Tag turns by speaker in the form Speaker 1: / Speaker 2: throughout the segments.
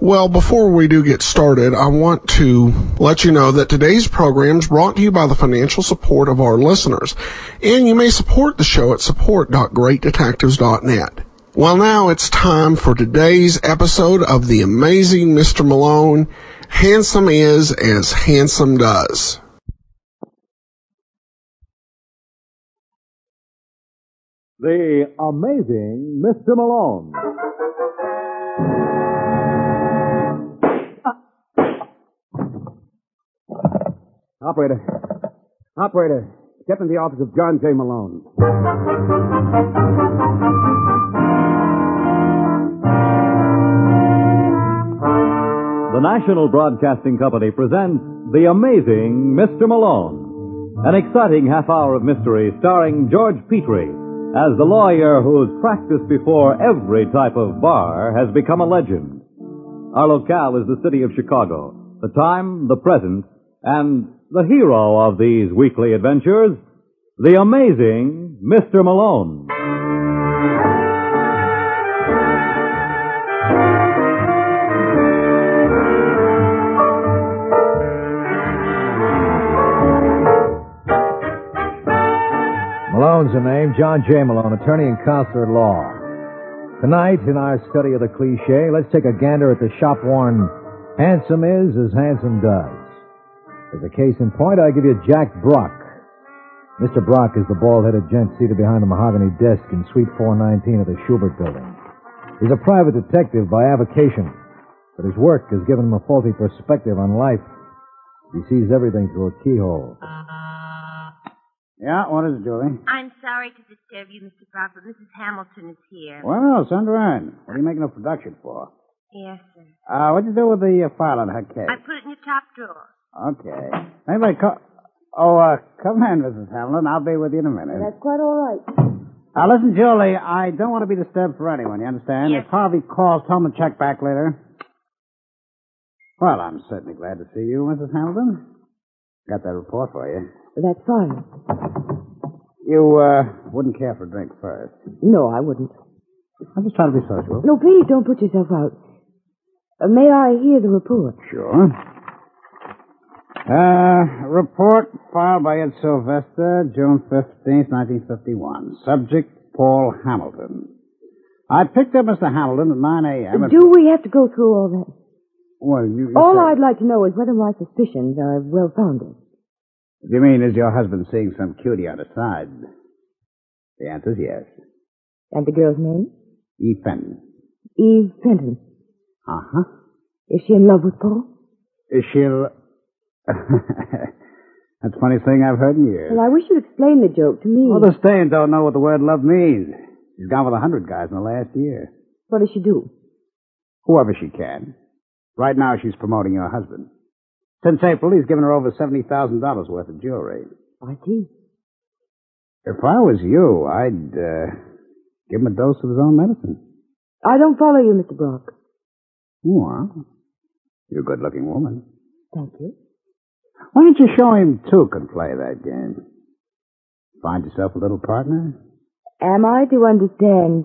Speaker 1: Well, before we do get started, I want to let you know that today's program is brought to you by the financial support of our listeners, and you may support the show at support.greatdetectives.net. Well, now it's time for today's episode of The Amazing Mr. Malone. Handsome is as handsome does.
Speaker 2: The amazing Mr. Malone. Operator. Operator. Step into the office of John J. Malone.
Speaker 3: The National Broadcasting Company presents The Amazing Mr. Malone, an exciting half hour of mystery starring George Petrie as the lawyer whose practice before every type of bar has become a legend. Our locale is the city of Chicago, the time, the present, and the hero of these weekly adventures, the amazing Mr. Malone.
Speaker 4: Malone's the name, John J. Malone, attorney and counselor at law. Tonight, in our study of the cliche, let's take a gander at the shop worn handsome is as handsome does. As a case in point, I give you Jack Brock. Mr. Brock is the bald headed gent seated behind a mahogany desk in Suite 419 of the Schubert building. He's a private detective by avocation, but his work has given him a faulty perspective on life. He sees everything through a keyhole.
Speaker 2: Yeah, what is it, Julie?
Speaker 5: I'm sorry to disturb you, Mr. Brock, but Mrs. Hamilton is here.
Speaker 2: Well, send her in. What are you making a production for?
Speaker 5: Yes, sir.
Speaker 2: Uh, what'd you do with the uh, file in her case?
Speaker 5: I put it in your top drawer.
Speaker 2: Okay. Anybody call... Oh, uh, come in, Mrs. Hamlin. I'll be with you in a minute.
Speaker 6: That's quite all right.
Speaker 2: Now, listen, Julie, I don't want to be disturbed for anyone, you understand?
Speaker 5: Yes.
Speaker 2: If Harvey calls, tell him to check back later. Well, I'm certainly glad to see you, Mrs. Hamilton. Got that report for you.
Speaker 6: That's fine.
Speaker 2: You, uh, wouldn't care for a drink first.
Speaker 6: No, I wouldn't.
Speaker 2: I'm just trying to be social.
Speaker 6: No, please don't put yourself out. Uh, may I hear the report?
Speaker 2: Sure. Uh, report filed by Ed Sylvester, June 15th, 1951. Subject, Paul Hamilton. I picked up Mr. Hamilton at 9 a.m.
Speaker 6: Uh,
Speaker 2: at-
Speaker 6: Do we have to go through all that?
Speaker 2: Well, you, you
Speaker 6: All
Speaker 2: said-
Speaker 6: I'd like to know is whether my suspicions are well founded.
Speaker 2: You mean, is your husband seeing some cutie on the side? The answer's yes.
Speaker 6: And the girl's name?
Speaker 2: E. Fenton.
Speaker 6: Eve Fenton.
Speaker 2: Uh-huh.
Speaker 6: Is she in love with Paul?
Speaker 2: Is she... l- That's the funniest thing I've heard in years.
Speaker 6: Well, I wish you'd explain the joke to me.
Speaker 2: Well, the Staines don't know what the word love means. She's gone with a hundred guys in the last year.
Speaker 6: What does she do?
Speaker 2: Whoever she can. Right now, she's promoting her husband. Since April, he's given her over $70,000 worth of jewelry.
Speaker 6: I see.
Speaker 2: If I was you, I'd uh, give him a dose of his own medicine.
Speaker 6: I don't follow you, Mr. Brock.
Speaker 2: Wow. You're a good looking woman.
Speaker 6: Thank you.
Speaker 2: Why don't you show him two can play that game? Find yourself a little partner?
Speaker 6: Am I to understand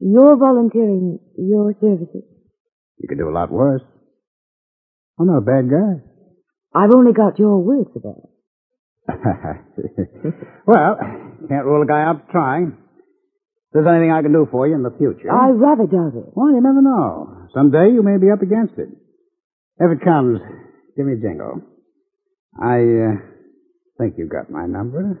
Speaker 6: you're volunteering your services?
Speaker 2: You could do a lot worse. I'm not a bad guy.
Speaker 6: I've only got your word for that.
Speaker 2: well, can't rule a guy out for trying. If there's anything I can do for you in the future.
Speaker 6: I rather doubt it.
Speaker 2: Well, you never know. Someday you may be up against it. If it comes, give me a jingle. I uh, think you got my number.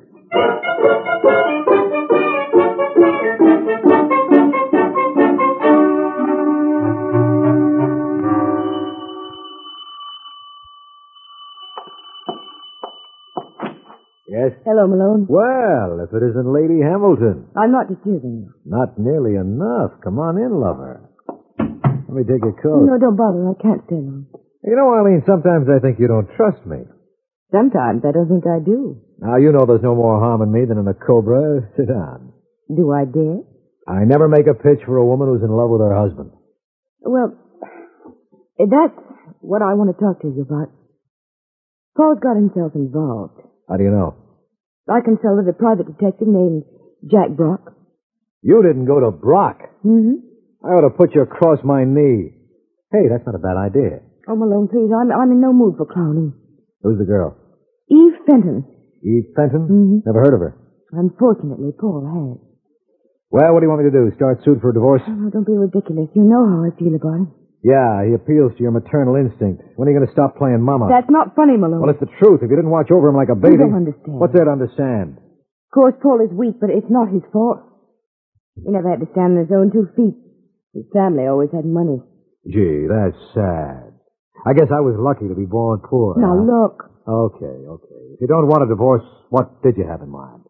Speaker 6: Hello, Malone. Ah.
Speaker 4: Well, if it isn't Lady Hamilton.
Speaker 6: I'm not disturbing you.
Speaker 4: Not nearly enough. Come on in, lover. Let me take your coat.
Speaker 6: No, don't bother. I can't stay long.
Speaker 4: You know, Eileen, sometimes I think you don't trust me.
Speaker 6: Sometimes I don't think I do.
Speaker 4: Now, you know there's no more harm in me than in a cobra. Sit down.
Speaker 6: Do I dare?
Speaker 4: I never make a pitch for a woman who's in love with her husband.
Speaker 6: Well, that's what I want to talk to you about. Paul's got himself involved.
Speaker 4: How do you know?
Speaker 6: I consulted a private detective named Jack Brock.
Speaker 4: You didn't go to Brock.
Speaker 6: Mm-hmm.
Speaker 4: I ought to put you across my knee. Hey, that's not a bad idea.
Speaker 6: Oh, Malone, please, I'm, I'm in no mood for clowning.
Speaker 4: Who's the girl?
Speaker 6: Eve Fenton.
Speaker 4: Eve Fenton?
Speaker 6: Mhm.
Speaker 4: Never heard of her.
Speaker 6: Unfortunately, Paul has.
Speaker 4: Well, what do you want me to do? Start suit for divorce?
Speaker 6: Oh, don't be ridiculous. You know how I feel about him.
Speaker 4: Yeah, he appeals to your maternal instinct. When are you going to stop playing mama?
Speaker 6: That's not funny, Malone.
Speaker 4: Well, it's the truth. If you didn't watch over him like a baby.
Speaker 6: You don't understand.
Speaker 4: What's there to understand?
Speaker 6: Of course, Paul is weak, but it's not his fault. He never had to stand on his own two feet. His family always had money.
Speaker 4: Gee, that's sad. I guess I was lucky to be born poor.
Speaker 6: Now,
Speaker 4: huh?
Speaker 6: look,
Speaker 4: Okay, okay. If you don't want a divorce, what did you have in mind?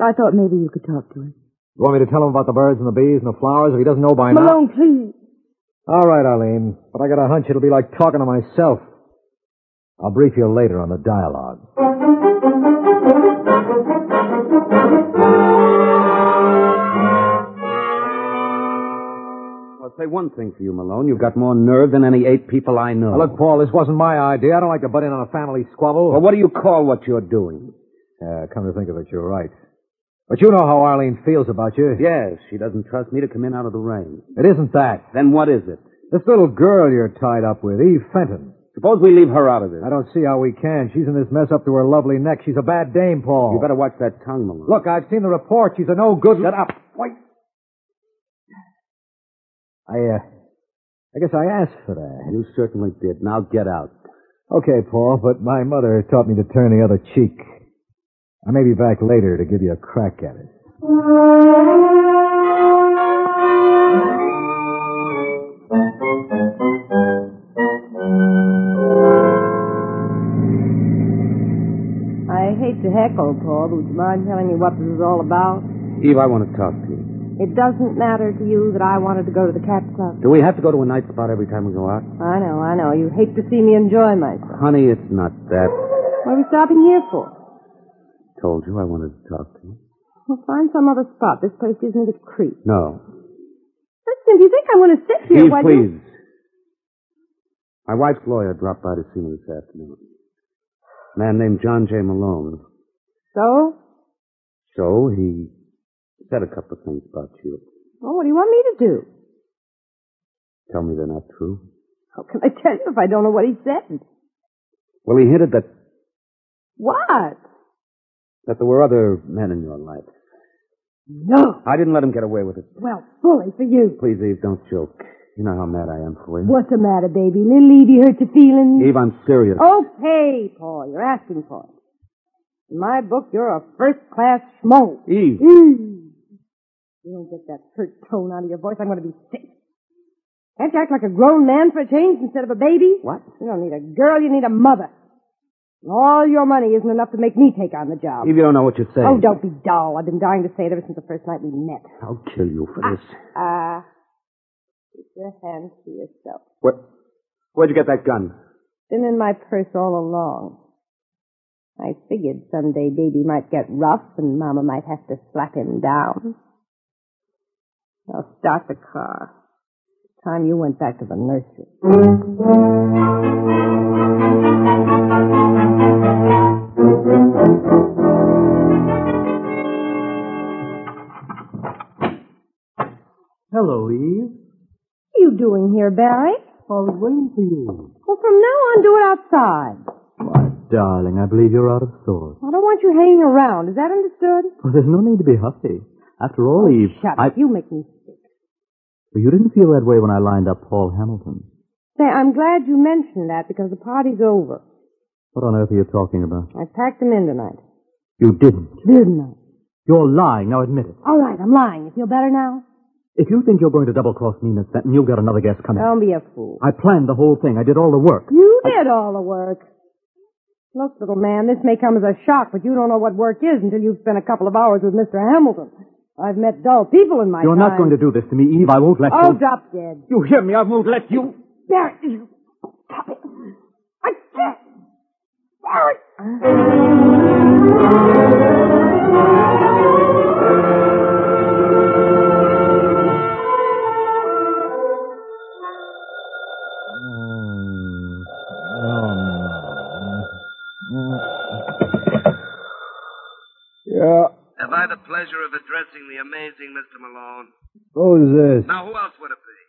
Speaker 6: I thought maybe you could talk to him.
Speaker 4: You want me to tell him about the birds and the bees and the flowers if he doesn't know by now?
Speaker 6: Malone, please.
Speaker 4: All right, Arlene, but I got a hunch it'll be like talking to myself. I'll brief you later on the dialogue.
Speaker 7: I'll say one thing for you, Malone. You've got more nerve than any eight people I know.
Speaker 4: Now, look, Paul, this wasn't my idea. I don't like to butt in on a family squabble.
Speaker 7: well, what do you call what you're doing?
Speaker 4: Yeah, come to think of it, you're right. But you know how Arlene feels about you.
Speaker 7: Yes, she doesn't trust me to come in out of the rain.
Speaker 4: It isn't that.
Speaker 7: Then what is it?
Speaker 4: This little girl you're tied up with, Eve Fenton.
Speaker 7: Suppose we leave her out of this.
Speaker 4: I don't see how we can. She's in this mess up to her lovely neck. She's a bad dame, Paul.
Speaker 7: You better watch that tongue, Malone.
Speaker 4: Look, I've seen the report. She's a no good.
Speaker 7: shut up. Wait.
Speaker 4: I, uh, I guess I asked for that.
Speaker 7: You certainly did. Now get out.
Speaker 4: Okay, Paul, but my mother taught me to turn the other cheek. I may be back later to give you a crack at it.
Speaker 6: I hate to heckle, Paul, but would you mind telling me what this is all about?
Speaker 7: Eve, I want to talk to you.
Speaker 6: It doesn't matter to you that I wanted to go to the cat club.
Speaker 7: Do we have to go to a night spot every time we go out?
Speaker 6: I know, I know. You hate to see me enjoy myself.
Speaker 7: Honey, it's not that.
Speaker 6: What are we stopping here for?
Speaker 7: Told you I wanted to talk to you.
Speaker 6: Well, find some other spot. This place gives me the creep.
Speaker 7: No.
Speaker 6: Listen, do you think I want to sit here
Speaker 7: Eve,
Speaker 6: while
Speaker 7: please.
Speaker 6: you...
Speaker 7: My wife's lawyer dropped by to see me this afternoon. A man named John J. Malone.
Speaker 6: So?
Speaker 7: So he said a couple of things about you.
Speaker 6: Well, what do you want me to do?
Speaker 7: Tell me they're not true.
Speaker 6: How can I tell you if I don't know what he said?
Speaker 7: Well, he hinted that,
Speaker 6: What?
Speaker 7: that there were other men in your life.
Speaker 6: No.
Speaker 7: I didn't let him get away with it.
Speaker 6: Well, bully for you.
Speaker 7: Please, Eve, don't joke. You know how mad I am for you.
Speaker 6: What's the matter, baby? Little Evie hurt your feelings?
Speaker 7: Eve, I'm serious.
Speaker 6: Okay, Paul, you're asking for it. In my book, you're a first-class schmo.
Speaker 7: Eve,
Speaker 6: Mm. You don't get that hurt tone out of your voice, I'm going to be sick. Can't you act like a grown man for a change instead of a baby?
Speaker 7: What?
Speaker 6: You don't need a girl, you need a mother. And all your money isn't enough to make me take on the job.
Speaker 7: Eve, you don't know what you're saying.
Speaker 6: Oh, don't be dull. I've been dying to say it ever since the first night we met.
Speaker 7: I'll kill you for this.
Speaker 6: Ah, keep your hands to yourself.
Speaker 7: Where, where'd you get that gun?
Speaker 6: Been in my purse all along. I figured someday Baby might get rough and Mama might have to slap him down. I'll start the car. Time you went back to the nursery.
Speaker 8: Hello, Eve.
Speaker 6: What are you doing here, Barry?
Speaker 8: I was waiting for you.
Speaker 6: Well, from now on, do it outside.
Speaker 8: My darling, I believe you're out of sorts.
Speaker 6: I don't want you hanging around. Is that understood?
Speaker 8: Well, there's no need to be huffy. After all, Eve,
Speaker 6: Oh, Shut
Speaker 8: I...
Speaker 6: up. You make me sick.
Speaker 8: Well, you didn't feel that way when I lined up Paul Hamilton.
Speaker 6: Say, I'm glad you mentioned that because the party's over.
Speaker 8: What on earth are you talking about?
Speaker 6: I packed him in tonight.
Speaker 8: You didn't.
Speaker 6: Didn't I?
Speaker 8: You're lying. Now admit it.
Speaker 6: All right, I'm lying. You feel better now?
Speaker 8: If you think you're going to double cross me, Miss Fenton, you've got another guess
Speaker 6: Oh.
Speaker 8: coming.
Speaker 6: Don't be a fool.
Speaker 8: I planned the whole thing. I did all the work.
Speaker 6: You did all the work. Look, little man, this may come as a shock, but you don't know what work is until you've spent a couple of hours with Mr. Hamilton. I've met dull people in my
Speaker 8: You're not going to do this to me, Eve. I won't let
Speaker 6: Oh,
Speaker 8: you.
Speaker 6: drop dead.
Speaker 8: You hear me? I won't let you.
Speaker 6: Barrett, you... Stop it. I can't. Barrett!
Speaker 4: Yeah.
Speaker 9: Have I the pleasure of addressing the amazing Mr. Malone?
Speaker 4: Who's this?
Speaker 9: Now, who else would it be?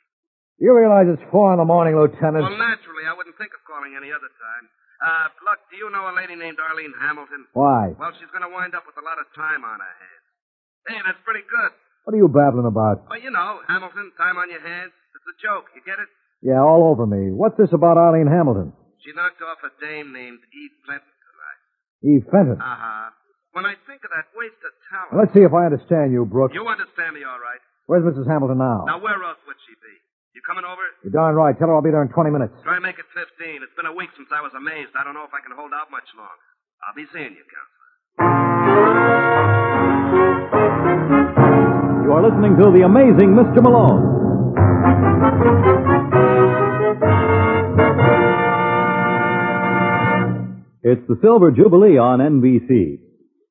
Speaker 4: You realize it's four in the morning, Lieutenant.
Speaker 9: Well, naturally, I wouldn't think of calling any other time. Uh, look, do you know a lady named Arlene Hamilton?
Speaker 4: Why?
Speaker 9: Well, she's going to wind up with a lot of time on her hands. Hey, that's pretty good.
Speaker 4: What are you babbling about?
Speaker 9: Well, you know, Hamilton, time on your hands. It's a joke. You get it?
Speaker 4: Yeah, all over me. What's this about Arlene Hamilton?
Speaker 9: She knocked off a dame named Eve Clinton tonight.
Speaker 4: Eve Fenton.
Speaker 9: Uh huh. When I think of that waste of talent.
Speaker 4: Now, let's see if I understand you, Brooks.
Speaker 9: You understand me all right.
Speaker 4: Where's Mrs. Hamilton now?
Speaker 9: Now, where else would she be? You coming over?
Speaker 4: You're darn right. Tell her I'll be there in 20 minutes.
Speaker 9: Try and make it 15. It's been a week since I was amazed. I don't know if I can hold out much longer. I'll be seeing you, Counselor.
Speaker 3: You are listening to The Amazing Mr. Malone. It's the Silver Jubilee on NBC.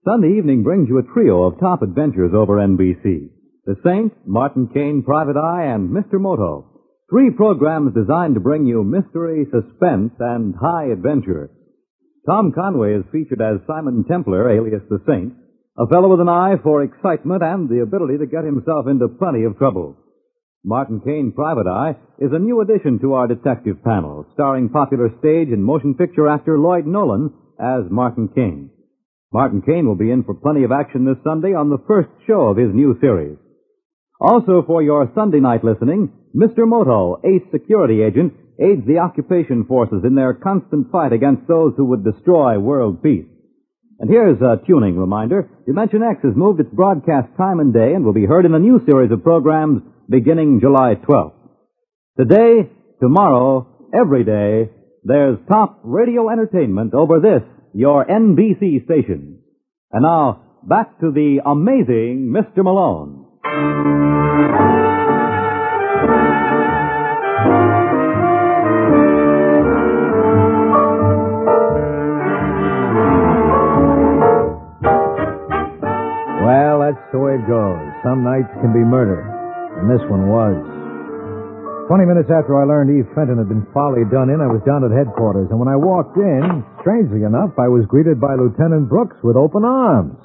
Speaker 3: Sunday evening brings you a trio of top adventures over NBC. The Saint, Martin Kane, Private Eye, and Mr. Moto. Three programs designed to bring you mystery, suspense, and high adventure. Tom Conway is featured as Simon Templar, alias the Saint, a fellow with an eye for excitement and the ability to get himself into plenty of trouble. Martin Kane Private Eye is a new addition to our detective panel, starring popular stage and motion picture actor Lloyd Nolan as Martin Kane. Martin Kane will be in for plenty of action this Sunday on the first show of his new series. Also for your Sunday night listening, Mr. Moto, ace security agent, aids the occupation forces in their constant fight against those who would destroy world peace. And here's a tuning reminder. Dimension X has moved its broadcast time and day and will be heard in a new series of programs beginning July 12th. Today, tomorrow, every day, there's top radio entertainment over this, your NBC station. And now, back to the amazing Mr. Malone.
Speaker 4: Well, that's the way it goes. Some nights can be murder, and this one was. Twenty minutes after I learned Eve Fenton had been foully done in, I was down at headquarters, and when I walked in, strangely enough, I was greeted by Lieutenant Brooks with open arms.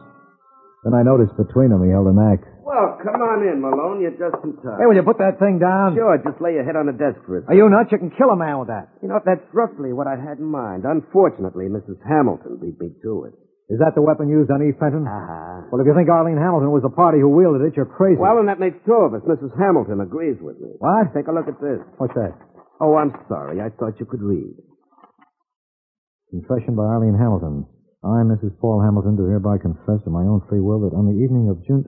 Speaker 4: Then I noticed between them he held an axe.
Speaker 7: Well, come on in, Malone. You're just in time.
Speaker 4: Hey, will you put that thing down?
Speaker 7: Sure, just lay your head on the desk for a
Speaker 4: Are you nuts? You can kill a man with that.
Speaker 7: You know, that's roughly what I had in mind. Unfortunately, Mrs. Hamilton beat me to it.
Speaker 4: Is that the weapon used on Eve Fenton?
Speaker 7: Ah.
Speaker 4: Well, if you think Arlene Hamilton was the party who wielded it, you're crazy.
Speaker 7: Well, and that makes two of us. Mrs. Hamilton agrees with me.
Speaker 4: what?
Speaker 7: Take a look at this.
Speaker 4: What's that?
Speaker 7: Oh, I'm sorry. I thought you could read.
Speaker 4: Confession by Arlene Hamilton. I, Mrs. Paul Hamilton, do hereby confess of my own free will that on the evening of June.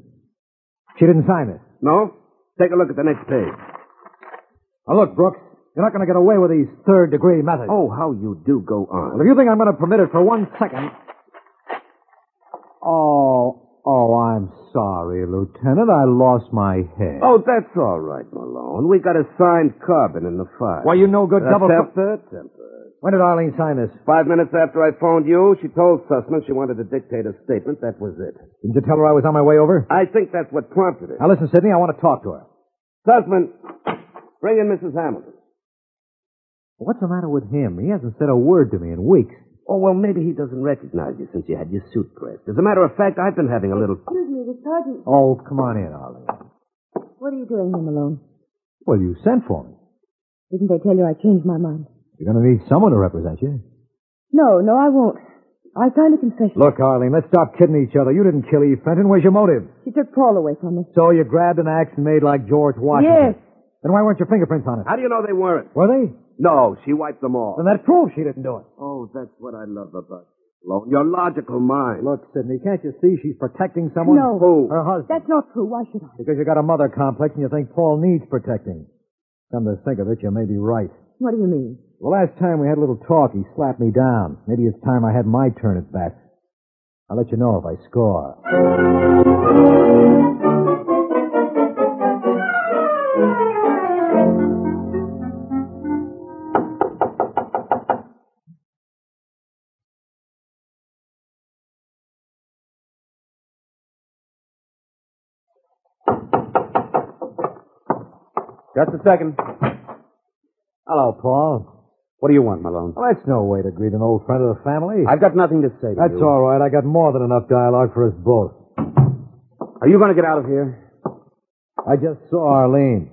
Speaker 4: She didn't sign it.
Speaker 7: No? Take a look at the next page.
Speaker 4: Now, look, Brooks, you're not going to get away with these third degree methods.
Speaker 7: Oh, how you do go on.
Speaker 4: Well, if you think I'm going to permit it for one second. Oh, oh, I'm sorry, Lieutenant. I lost my head.
Speaker 7: Oh, that's all right, Malone. We got a signed carbon in the file.
Speaker 4: why, you no good double.
Speaker 7: temper, temper.
Speaker 4: when did Arlene sign this?
Speaker 7: Five minutes after I phoned you, she told Sussman she wanted to dictate a statement. That was it.
Speaker 4: Didn't you tell her I was on my way over?
Speaker 7: I think that's what prompted it.
Speaker 4: Now, listen, Sidney, I want to talk to her.
Speaker 7: Sussman, bring in Mrs. Hamilton.
Speaker 4: What's the matter with him? He hasn't said a word to me in weeks.
Speaker 7: Oh, well, maybe he doesn't recognize you since you had your suit pressed. As a matter of fact, I've been having a little.
Speaker 6: Excuse me, the sergeant.
Speaker 4: Oh, come on in, Arlene.
Speaker 6: What are you doing here, Malone?
Speaker 4: Well, you sent for me.
Speaker 6: Didn't they tell you I changed my mind?
Speaker 4: You're going to need someone to represent you.
Speaker 6: No, no, I won't. I signed a confession.
Speaker 4: Look, Arlene, let's stop kidding each other. You didn't kill Eve Fenton. Where's your motive?
Speaker 6: She took Paul away from me.
Speaker 4: So you grabbed an axe and made like George
Speaker 6: Yes.
Speaker 4: Washington. Then why weren't your fingerprints on it?
Speaker 7: How do you know they weren't?
Speaker 4: Were they?
Speaker 7: No, she wiped them all.
Speaker 4: Then that proves she didn't do it.
Speaker 7: Oh, that's what I love about you, Malone. Your logical mind.
Speaker 4: Look, Sidney, can't you see she's protecting someone?
Speaker 6: No.
Speaker 7: Who?
Speaker 4: Her husband.
Speaker 6: That's not true. Why should I?
Speaker 4: Because you got a mother complex and you think Paul needs protecting. Come to think of it, you may be right.
Speaker 6: What do you mean?
Speaker 4: The last time we had a little talk, he slapped me down. Maybe it's time I had my turn at bat. I'll let you know if I score.
Speaker 7: Just a second.
Speaker 4: Hello, Paul.
Speaker 7: What do you want, Malone?
Speaker 4: Well, that's no way to greet an old friend of the family.
Speaker 7: I've got nothing to say to
Speaker 4: That's
Speaker 7: you.
Speaker 4: all right. I got more than enough dialogue for us both.
Speaker 7: Are you going to get out of here?
Speaker 4: I just saw Arlene.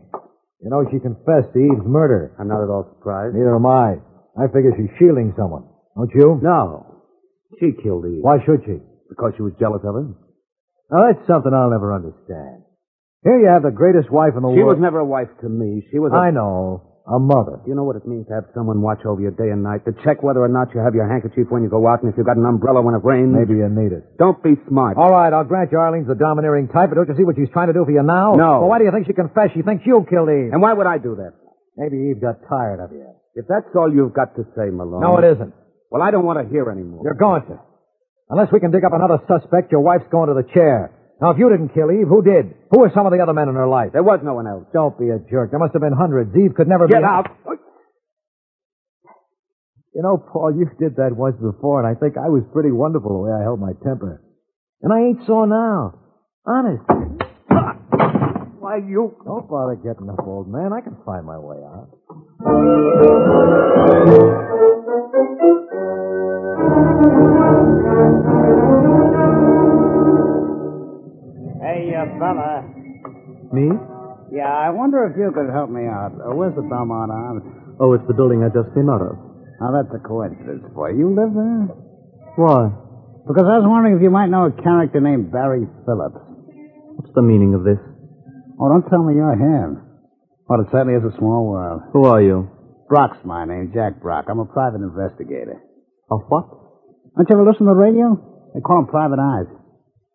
Speaker 4: You know, she confessed to Eve's murder.
Speaker 7: I'm not at all surprised.
Speaker 4: Neither am I. I figure she's shielding someone. Don't you?
Speaker 7: No. She killed Eve.
Speaker 4: Why should she?
Speaker 7: Because she was jealous of her?
Speaker 4: Now, that's something I'll never understand. Here you have the greatest wife in the
Speaker 7: She was
Speaker 4: world.
Speaker 7: never a wife to me. She was a...
Speaker 4: I know. A mother.
Speaker 7: You know what it means to have someone watch over you day and night, to check whether or not you have your handkerchief when you go out, and if you've got an umbrella when it rains.
Speaker 4: Maybe you need it.
Speaker 7: Don't be smart.
Speaker 4: All right, I'll grant you Arlene's the domineering type, but don't you see what she's trying to do for you now?
Speaker 7: No.
Speaker 4: Well, why do you think she confessed? She thinks you killed Eve.
Speaker 7: And why would I do that?
Speaker 4: Maybe Eve got tired of you.
Speaker 7: If that's all you've got to say, Malone.
Speaker 4: No, it isn't.
Speaker 7: Well, I don't want to hear anymore.
Speaker 4: You're going to. Unless we can dig up another suspect, your wife's going to the chair. Now, if you didn't kill Eve, who did? Who were some of the other men in her life?
Speaker 7: There was no one else.
Speaker 4: Don't be a jerk. There must have been hundreds. Eve could never
Speaker 7: Get
Speaker 4: be.
Speaker 7: out.
Speaker 4: You know, Paul, you did that once before, and I think I was pretty wonderful the way I held my temper. And I ain't sore now. Honest. Why, you. Don't bother getting up, old man. I can find my way out.
Speaker 2: Hey, you fella.
Speaker 8: Me?
Speaker 2: Yeah, I wonder if you could help me out. Uh, where's the Belmont Arms?
Speaker 8: Oh, it's the building I just came out of.
Speaker 2: Now, that's a coincidence, boy. You live there?
Speaker 8: Why?
Speaker 2: Because I was wondering if you might know a character named Barry Phillips.
Speaker 8: What's the meaning of this?
Speaker 2: Oh, don't tell me your hand. Well, it certainly is a small world.
Speaker 8: Who are you?
Speaker 2: Brock's my name, Jack Brock. I'm a private investigator.
Speaker 8: A what?
Speaker 2: Don't you ever listen to the radio? They call them private eyes.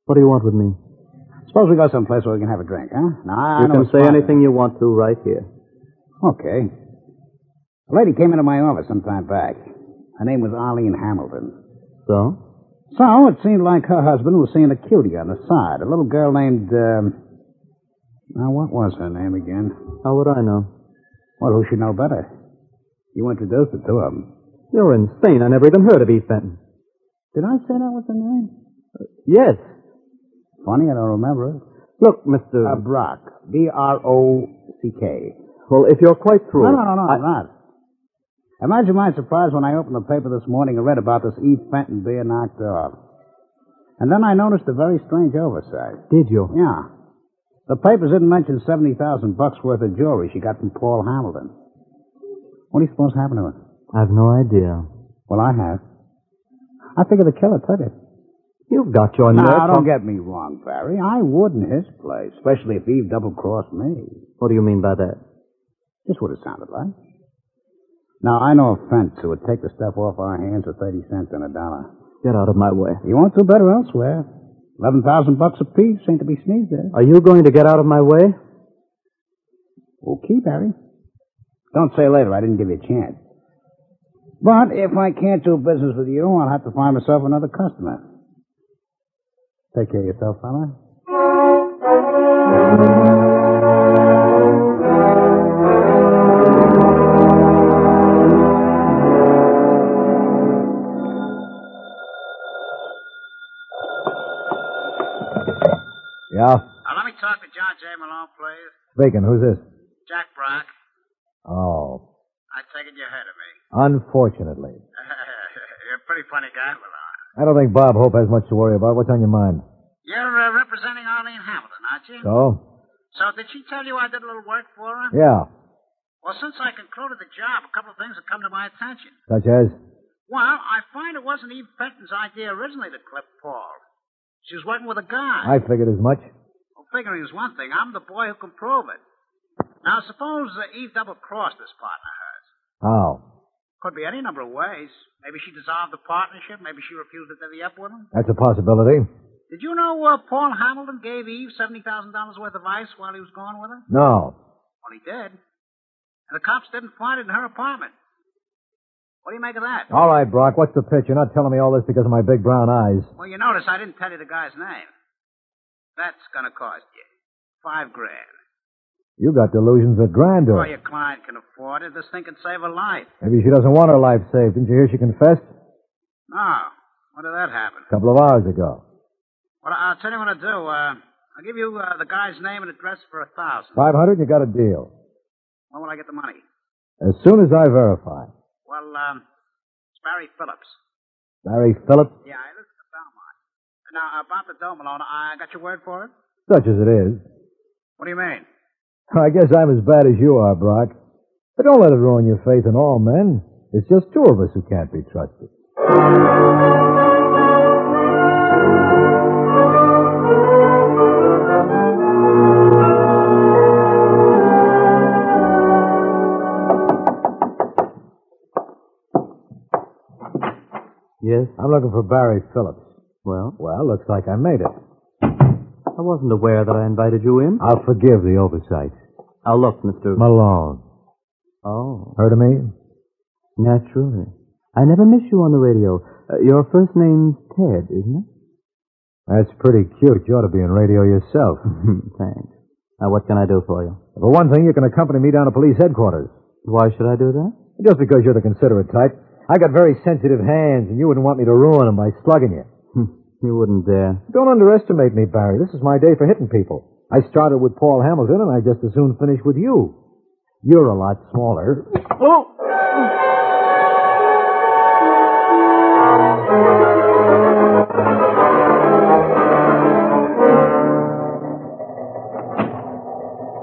Speaker 8: What do you want with me?
Speaker 2: Suppose we go someplace where we can have a drink, huh? Now, I
Speaker 8: you
Speaker 2: know a
Speaker 8: can say
Speaker 2: spot.
Speaker 8: anything you want to right here.
Speaker 2: Okay. A lady came into my office some time back. Her name was Arlene Hamilton.
Speaker 8: So?
Speaker 2: So it seemed like her husband was seeing a cutie on the side, a little girl named. Um, now, what was her name again?
Speaker 8: How would I know?
Speaker 2: Well, who should know better? You introduced the two of them.
Speaker 8: You're insane. I never even heard of Eve Benton. Uh,
Speaker 2: Did I say that was her name?
Speaker 8: Yes.
Speaker 2: Funny, I don't remember it.
Speaker 8: Look, Mr.
Speaker 2: Uh, Brock. B R O C K.
Speaker 8: well, if you're quite through.
Speaker 2: No, no, no, no, I'm not. Imagine my surprise when I opened the paper this morning and read about this Eve Fenton being knocked off. And then I noticed a very strange oversight.
Speaker 8: Did you?
Speaker 2: Yeah. The papers didn't mention 70,000 bucks worth of jewelry she got from Paul Hamilton. What do you suppose happened to it?
Speaker 8: I've no idea.
Speaker 2: Well, I have. I figure the killer took it.
Speaker 8: You've got your nerve.
Speaker 2: Now, don't get me wrong, Barry. I would in his place, especially if Eve double-crossed me.
Speaker 8: What do you mean by that?
Speaker 2: Just what it sounded like. Now, I know a fence who would take the stuff off our hands for 30 cents and a dollar.
Speaker 8: Get out of my way.
Speaker 2: You won't do better elsewhere. 11,000 bucks apiece ain't to be sneezed at.
Speaker 8: Are you going to get out of my way?
Speaker 2: Okay, Barry. Don't say later I didn't give you a chance. But if I can't do business with you, I'll have to find myself another customer. Take care of yourself, fella.
Speaker 4: Yeah?
Speaker 9: Now, Uh, let me talk to John J. Malone, please.
Speaker 4: Speaking, who's this?
Speaker 9: Jack Brock.
Speaker 4: Oh,
Speaker 9: I take it you heard of me.
Speaker 4: unfortunately.
Speaker 9: You're a pretty funny guy, uh, Malone.
Speaker 4: I don't think Bob Hope has much to worry about. What's on your mind?
Speaker 9: You're uh, representing Arlene Hamilton, aren't you?
Speaker 2: Oh.
Speaker 9: So
Speaker 4: So?
Speaker 9: did she tell you I did a little work for her?
Speaker 4: Yeah.
Speaker 9: Well, since I concluded the job, a couple of things have come to my attention.
Speaker 4: Such as?
Speaker 9: Well, I find it wasn't Eve Fenton's idea originally to clip Paul. She was working with a guy.
Speaker 4: I figured as much.
Speaker 9: Well, figuring is one thing. I'm the boy who can prove it. Now, suppose uh, Eve double-crossed this partner of hers.
Speaker 4: How?
Speaker 9: Could be any number of ways. Maybe she dissolved the partnership. Maybe she refused to divvy up with him.
Speaker 4: That's a possibility.
Speaker 9: Did you know uh, Paul Hamilton gave Eve $70,000 worth of ice while he was gone with her?
Speaker 4: No.
Speaker 9: Well, he did. And the cops didn't find it in her apartment. What do you make of that?
Speaker 4: All right, Brock, what's the pitch? You're not telling me all this because of my big brown eyes.
Speaker 9: Well, you notice I didn't tell you the guy's name. That's going to cost you five grand.
Speaker 4: You got delusions of grandeur.
Speaker 9: Well, your client can afford it. This thing can save a life.
Speaker 4: Maybe she doesn't want her life saved. Didn't you hear she confessed?
Speaker 9: No. Ah, When did that happen?
Speaker 4: A couple of hours ago.
Speaker 9: Well, I'll tell you what I'll do. Uh, I'll give you uh, the guy's name and address for a thousand.
Speaker 4: Five hundred, you got a deal.
Speaker 9: When will I get the money?
Speaker 4: As soon as I verify.
Speaker 9: Well, um, it's Barry Phillips.
Speaker 4: Barry Phillips,
Speaker 9: Yeah, I live in Belmont. Now, about the dough, Malone, I got your word for it?
Speaker 4: such as it is.
Speaker 9: What do you mean?
Speaker 4: I guess I'm as bad as you are, Brock. But don't let it ruin your faith in all men. It's just two of us who can't be trusted.
Speaker 8: Yes?
Speaker 4: I'm looking for Barry Phillips.
Speaker 8: Well,
Speaker 4: Well, looks like I made it.
Speaker 8: I wasn't aware that I invited you in.
Speaker 4: I'll forgive the oversight.
Speaker 8: Now, look, Mr.
Speaker 4: Malone.
Speaker 8: oh,
Speaker 4: Heard of me?
Speaker 8: naturally. I never miss you on the radio. Uh, your first name's Ted, isn't
Speaker 4: That's pretty cute. You ought to be in radio yourself.
Speaker 8: it? Thanks. Now, what can I do for you?
Speaker 4: For one thing, you can accompany me down to police headquarters.
Speaker 8: Why should I do that?
Speaker 4: Just because you're the considerate type. I got very sensitive hands, and you wouldn't want me to ruin them by slugging you.
Speaker 8: Hmm, you wouldn't dare.
Speaker 4: Don't underestimate me, Barry. This is my day for hitting people. I started with Paul Hamilton, and I just as soon finish with you. You're a lot smaller.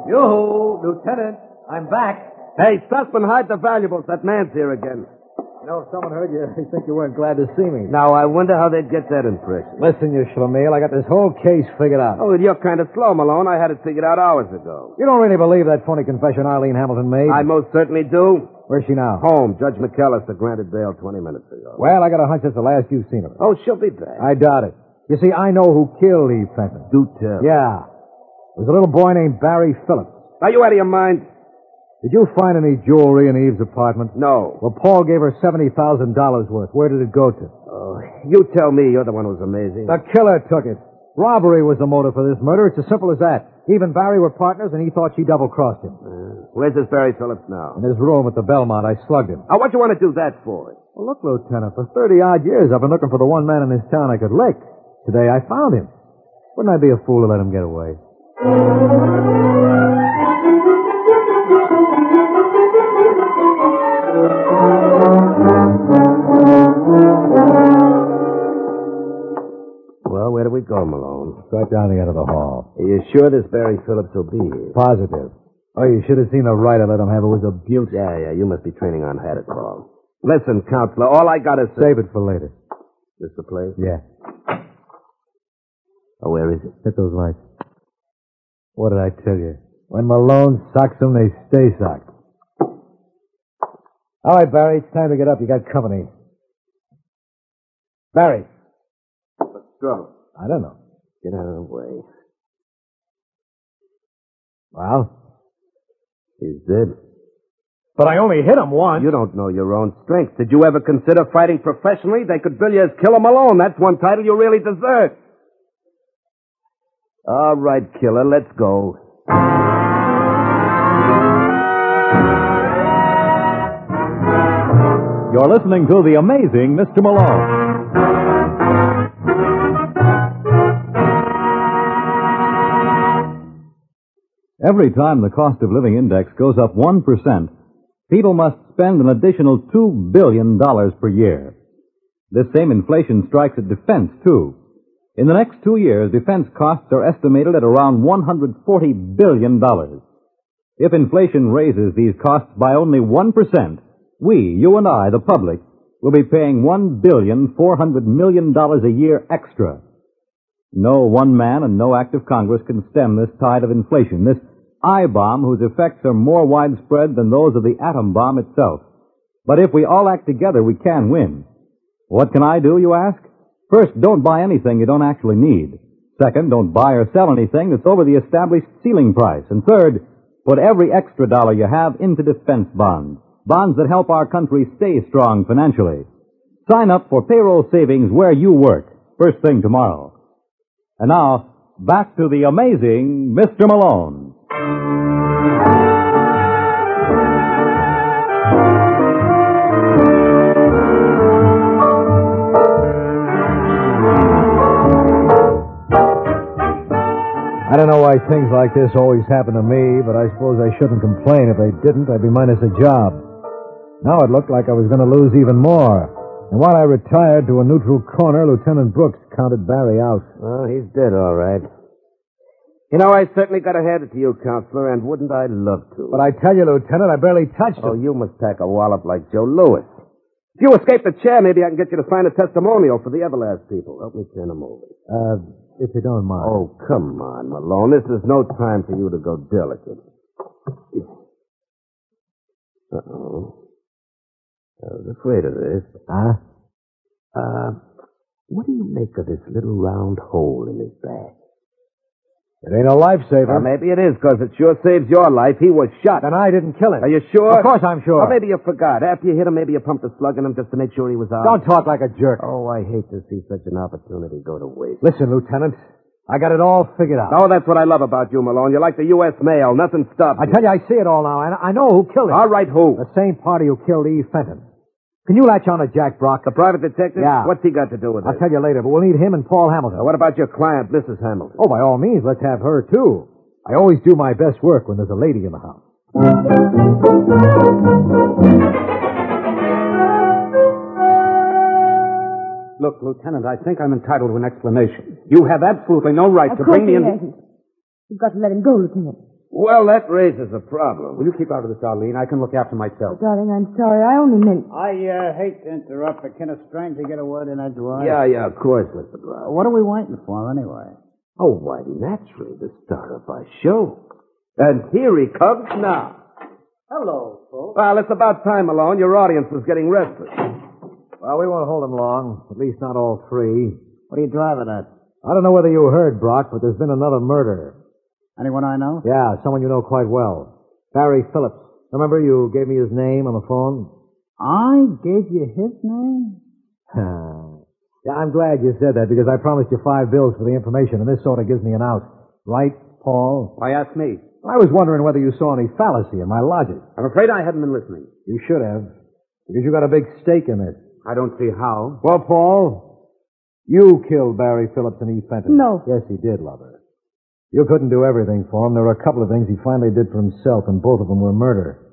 Speaker 7: Yoo-hoo, Lieutenant, I'm back. Hey, Sussman, hide the valuables. That man's here again.
Speaker 4: You know, if someone heard you, they think you weren't glad to see me.
Speaker 7: Now, I wonder how they'd get that impression.
Speaker 4: Listen, you schlemiel, I got this whole case figured out.
Speaker 7: Oh, well, you're kind of slow, Malone. I had it figured out hours ago.
Speaker 4: You don't really believe that phony confession Eileen Hamilton made?
Speaker 7: I most certainly do.
Speaker 4: Where's she now?
Speaker 7: Home. Judge McAllister granted bail 20 minutes ago.
Speaker 4: Well, I got a hunch it's the last you've seen of her.
Speaker 7: Oh, she'll be back.
Speaker 4: I doubt it. You see, I know who killed Eve Fenton.
Speaker 7: do tell.
Speaker 4: Yeah. It was a little boy named Barry Phillips.
Speaker 7: Are you out of your mind?
Speaker 4: Did you find any jewelry in Eve's apartment?
Speaker 7: No.
Speaker 4: Well, Paul gave her $70,000 worth. Where did it go to?
Speaker 7: Oh, you tell me. You're the one who's amazing.
Speaker 4: The killer took it. Robbery was the motive for this murder. It's as simple as that. Eve and Barry were partners, and he thought she double-crossed him.
Speaker 7: Uh, Where's this Barry Phillips now?
Speaker 4: In his room at the Belmont, I slugged him.
Speaker 7: Now, what you want to do that for?
Speaker 4: Well, look, Lieutenant, for 30-odd years, I've been looking for the one man in this town I could lick. Today, I found him. Wouldn't I be a fool to let him get away?
Speaker 7: Well, where do we go, Malone?
Speaker 4: Right down the end of the hall.
Speaker 7: Are you sure this Barry Phillips will be here?
Speaker 4: Positive. Oh, you should have seen the writer let him have. It was a beaut.
Speaker 7: Yeah, yeah, you must be training on how to call. Listen, counselor, all I got to say...
Speaker 4: Save it for later.
Speaker 7: This the place?
Speaker 4: Yeah.
Speaker 7: Oh, where is it?
Speaker 4: Hit those lights. What did I tell you? When Malone socks them, they stay socked. All right, Barry, it's time to get up. You got company. Barry.
Speaker 7: What's the trouble?
Speaker 4: I don't know.
Speaker 7: Get out of the way.
Speaker 4: Well?
Speaker 7: He's dead.
Speaker 4: But I only hit him once.
Speaker 7: You don't know your own strength. Did you ever consider fighting professionally? They could bill you as Killer Malone. That's one title you really deserve. All right, Killer, let's go.
Speaker 3: You're listening to The Amazing Mr. Malone. Every time the cost of living index goes up 1%, people must spend an additional $2 billion per year. This same inflation strikes at defense, too. In the next two years, defense costs are estimated at around $140 billion. If inflation raises these costs by only 1%, we, you and I, the public, will be paying $1,400,000,000 a year extra. No one man and no act of Congress can stem this tide of inflation, this I bomb whose effects are more widespread than those of the atom bomb itself. But if we all act together, we can win. What can I do, you ask? First, don't buy anything you don't actually need. Second, don't buy or sell anything that's over the established ceiling price. And third, put every extra dollar you have into defense bonds. bonds that help our country stay strong financially. Sign up for payroll savings where you work, first thing tomorrow. And now, back to the amazing Mr. Malone.
Speaker 4: I don't know why things like this always happen to me, but I suppose I shouldn't complain. If they didn't, I'd be minus a job. Now it looked like I was going to lose even more. And while I retired to a neutral corner, Lieutenant Brooks counted Barry out.
Speaker 7: Well, he's dead, all right. You know, I certainly got to hand it to you, Counselor, and wouldn't I love to?
Speaker 4: But I tell you, Lieutenant, I barely touched
Speaker 7: Oh,
Speaker 4: him.
Speaker 7: you must pack a wallop like Joe Lewis. If you escape the chair, maybe I can get you to sign a testimonial for the Everlast people. Help me turn him over.
Speaker 4: Uh, if you don't mind.
Speaker 7: Oh, come on, Malone. This is no time for you to go delicate. Uh-oh. Uh, I was afraid of this.
Speaker 4: Huh?
Speaker 7: Uh, what do you make of this little round hole in his back?
Speaker 4: It ain't a
Speaker 7: Well,
Speaker 4: lifesaver.
Speaker 7: maybe it is, because it sure saves your life. He was shot.
Speaker 4: And I didn't kill him.
Speaker 7: Are you sure?
Speaker 4: Of course I'm sure.
Speaker 7: Or maybe you forgot. After you hit him, maybe you pumped a slug in him just to make sure he was out.
Speaker 4: Don't talk like a jerk.
Speaker 7: Oh, I hate to see such an opportunity go to waste.
Speaker 4: Listen, Lieutenant, I got it all figured out.
Speaker 7: Oh, that's what I love about you, Malone. You're like the U.S. mail. Nothing stops
Speaker 4: I tell you, I see it all now. I, I know who killed him.
Speaker 7: All right, who?
Speaker 4: The same party who killed Eve Fenton. Can you latch on to Jack Brock?
Speaker 7: The private detective?
Speaker 4: Yeah.
Speaker 7: What's he got to do with
Speaker 4: I'll
Speaker 7: it?
Speaker 4: tell you later, but we'll need him and Paul Hamilton.
Speaker 7: Now, what about your client, Mrs. Hamilton?
Speaker 4: Oh, by all means, let's have her, too. I always do my best work when there's a lady in the house.
Speaker 7: Look, Lieutenant, I think I'm entitled to an explanation. You have absolutely no right
Speaker 6: Of course he hasn't. You've got to let him go, Lieutenant.
Speaker 7: Well, that raises a problem. Will you keep out of this, Arlene? I can look after myself.
Speaker 6: Darling, I'm sorry. I only meant.
Speaker 2: I uh, hate to interrupt, but can a stranger get a word in edgewise?
Speaker 7: Yeah, yeah, of course, Mr. Brown.
Speaker 2: What are we waiting for, anyway?
Speaker 7: Oh, why, naturally, the star of our show. And here he comes now.
Speaker 2: Hello, folks.
Speaker 7: Well, it's about time, Malone. Your audience was getting restless.
Speaker 4: Well, we won't hold him long. At least not all three.
Speaker 2: What are you driving at?
Speaker 4: I don't know whether you heard, Brock, but there's been another murder.
Speaker 2: Anyone I know?
Speaker 4: Yeah, someone you know quite well. Barry Phillips. Remember you gave me his name on the phone?
Speaker 2: I gave you his name?
Speaker 4: yeah, I'm glad you said that because I promised you five bills for the information, and this sort of gives me an out. Right, Paul?
Speaker 7: Why ask me?
Speaker 4: I was wondering whether you saw any fallacy in my logic.
Speaker 7: I'm afraid I haven't been listening.
Speaker 4: You should have, because you got a big stake in it.
Speaker 7: I don't see how.
Speaker 4: Well, Paul, you killed Barry Phillips and Eve Fenton.
Speaker 6: No.
Speaker 4: Yes, he did, lover. You couldn't do everything for him. There were a couple of things he finally did for himself, and both of them were murder.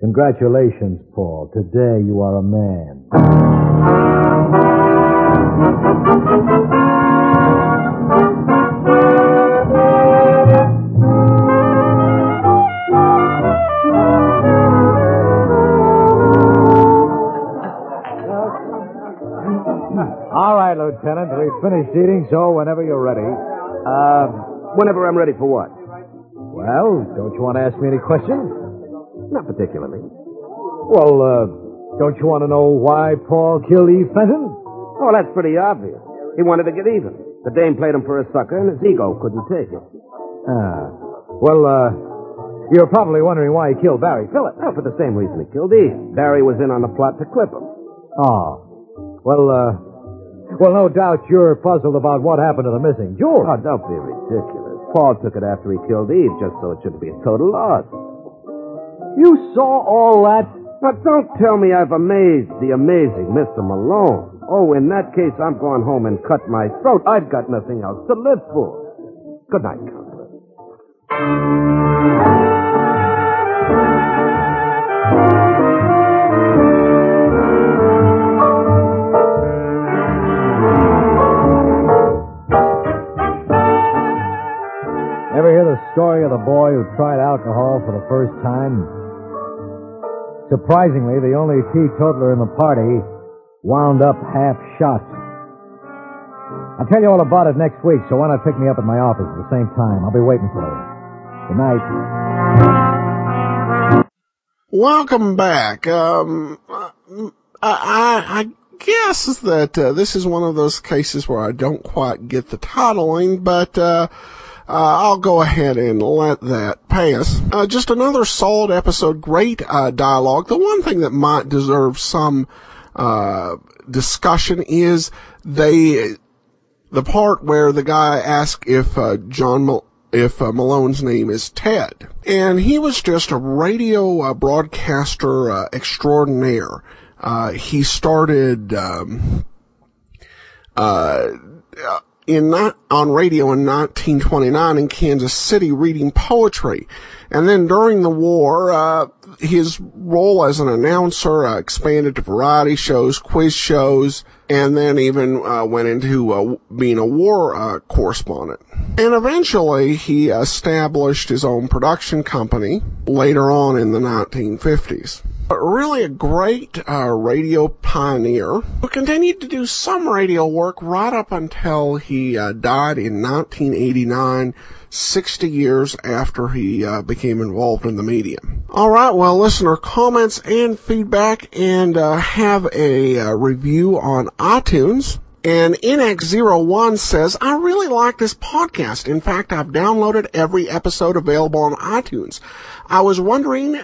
Speaker 4: Congratulations, Paul. Today you are a man. All right, Lieutenant. We've finished eating, so whenever you're ready. Uh,
Speaker 7: Whenever I'm ready for what?
Speaker 4: well, don't you want to ask me any questions?
Speaker 7: Not particularly.
Speaker 4: Well, uh, don't you want to know why Paul killed Eve Fenton?
Speaker 7: Oh, that's pretty obvious. He wanted to get even. The dame played him for a sucker, and his ego couldn't take it.
Speaker 4: Ah. Well, uh, you're probably wondering why he killed Barry Phillips.
Speaker 7: Oh, for the same reason he killed Eve. Barry was in on the plot to clip him.
Speaker 4: Oh. Well, uh, well, no doubt you're puzzled about what happened to the missing jewels.
Speaker 7: Oh, don't be ridiculous. Paul took it after he killed Eve, just so it shouldn't be a total loss.
Speaker 4: you saw all that?
Speaker 7: But don't tell me I've amazed the amazing Mr. Malone. Oh, in that case, I'm going home and cut my throat. I've got nothing else to live for. Good night, Counselor.
Speaker 4: Ever hear the story of the boy who tried alcohol for the first time? Surprisingly, the only teetotaler in the party wound up half shot. I'll tell you all about it next week, so why not pick me up at my office at the same time? I'll be waiting for you. Good night.
Speaker 1: Welcome back. Um, I, I, I guess that uh, this is one of those cases where I don't quite get the titling, but uh, Uh, I'll go ahead and let that pass. Uh, just another solid episode, great uh, dialogue. The one thing that might deserve some uh, discussion is they the part where the guy asked if uh, John Mal- if uh, Malone's name is Ted, and he was just a radio uh, broadcaster uh, extraordinaire. Uh, he started um, uh, in not, on radio in 1929 in Kansas City reading poetry. And then during the war, uh, his role as an announcer uh, expanded to variety shows, quiz shows, and then even uh, went into uh, being a war uh, correspondent. And eventually he established his own production company later on in the 1950s but really a great uh, radio pioneer who continued to do some radio work right up until he uh, died in 1989, 60 years after he uh, became involved in the media. All right, well, listener comments and feedback, and uh, have a uh, review on iTunes. And NX01 says, I really like this podcast. In fact, I've downloaded every episode available on iTunes. I was wondering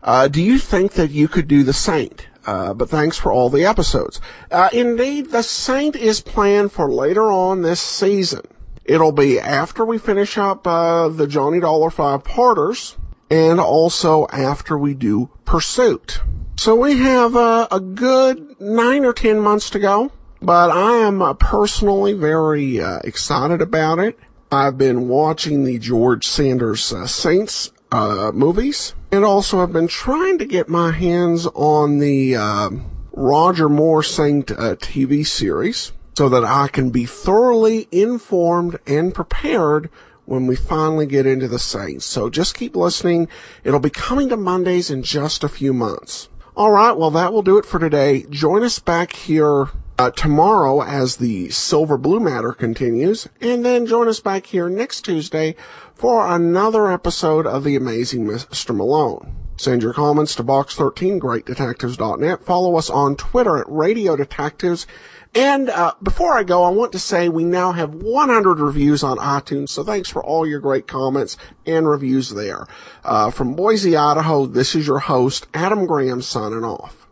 Speaker 1: uh, do you think that you could do The Saint? Uh, but thanks for all the episodes. Uh, indeed, The Saint is planned for later on this season. It'll be after we finish up uh, the Johnny Dollar Five Parters and also after we do Pursuit. So we have uh, a good nine or ten months to go, but I am uh, personally very uh, excited about it. I've been watching the George Sanders Saints uh, movies. And also, I've been trying to get my hands on the uh, Roger Moore Saint uh, TV series so that I can be thoroughly informed and prepared when we finally get into the Saints. So just keep listening. It'll be coming to Mondays in just a few months. All right, well, that will do it for today. Join us back here uh, tomorrow as the Silver Blue Matter continues, and then join us back here next Tuesday for another episode of The Amazing Mr. Malone. Send your comments to box13greatdetectives.net. Follow us on Twitter at Radio Detectives. And uh, before I go, I want to say we now have 100 reviews on iTunes, so thanks for all your great comments and reviews there. Uh, from Boise, Idaho, this is your host, Adam Graham, signing off.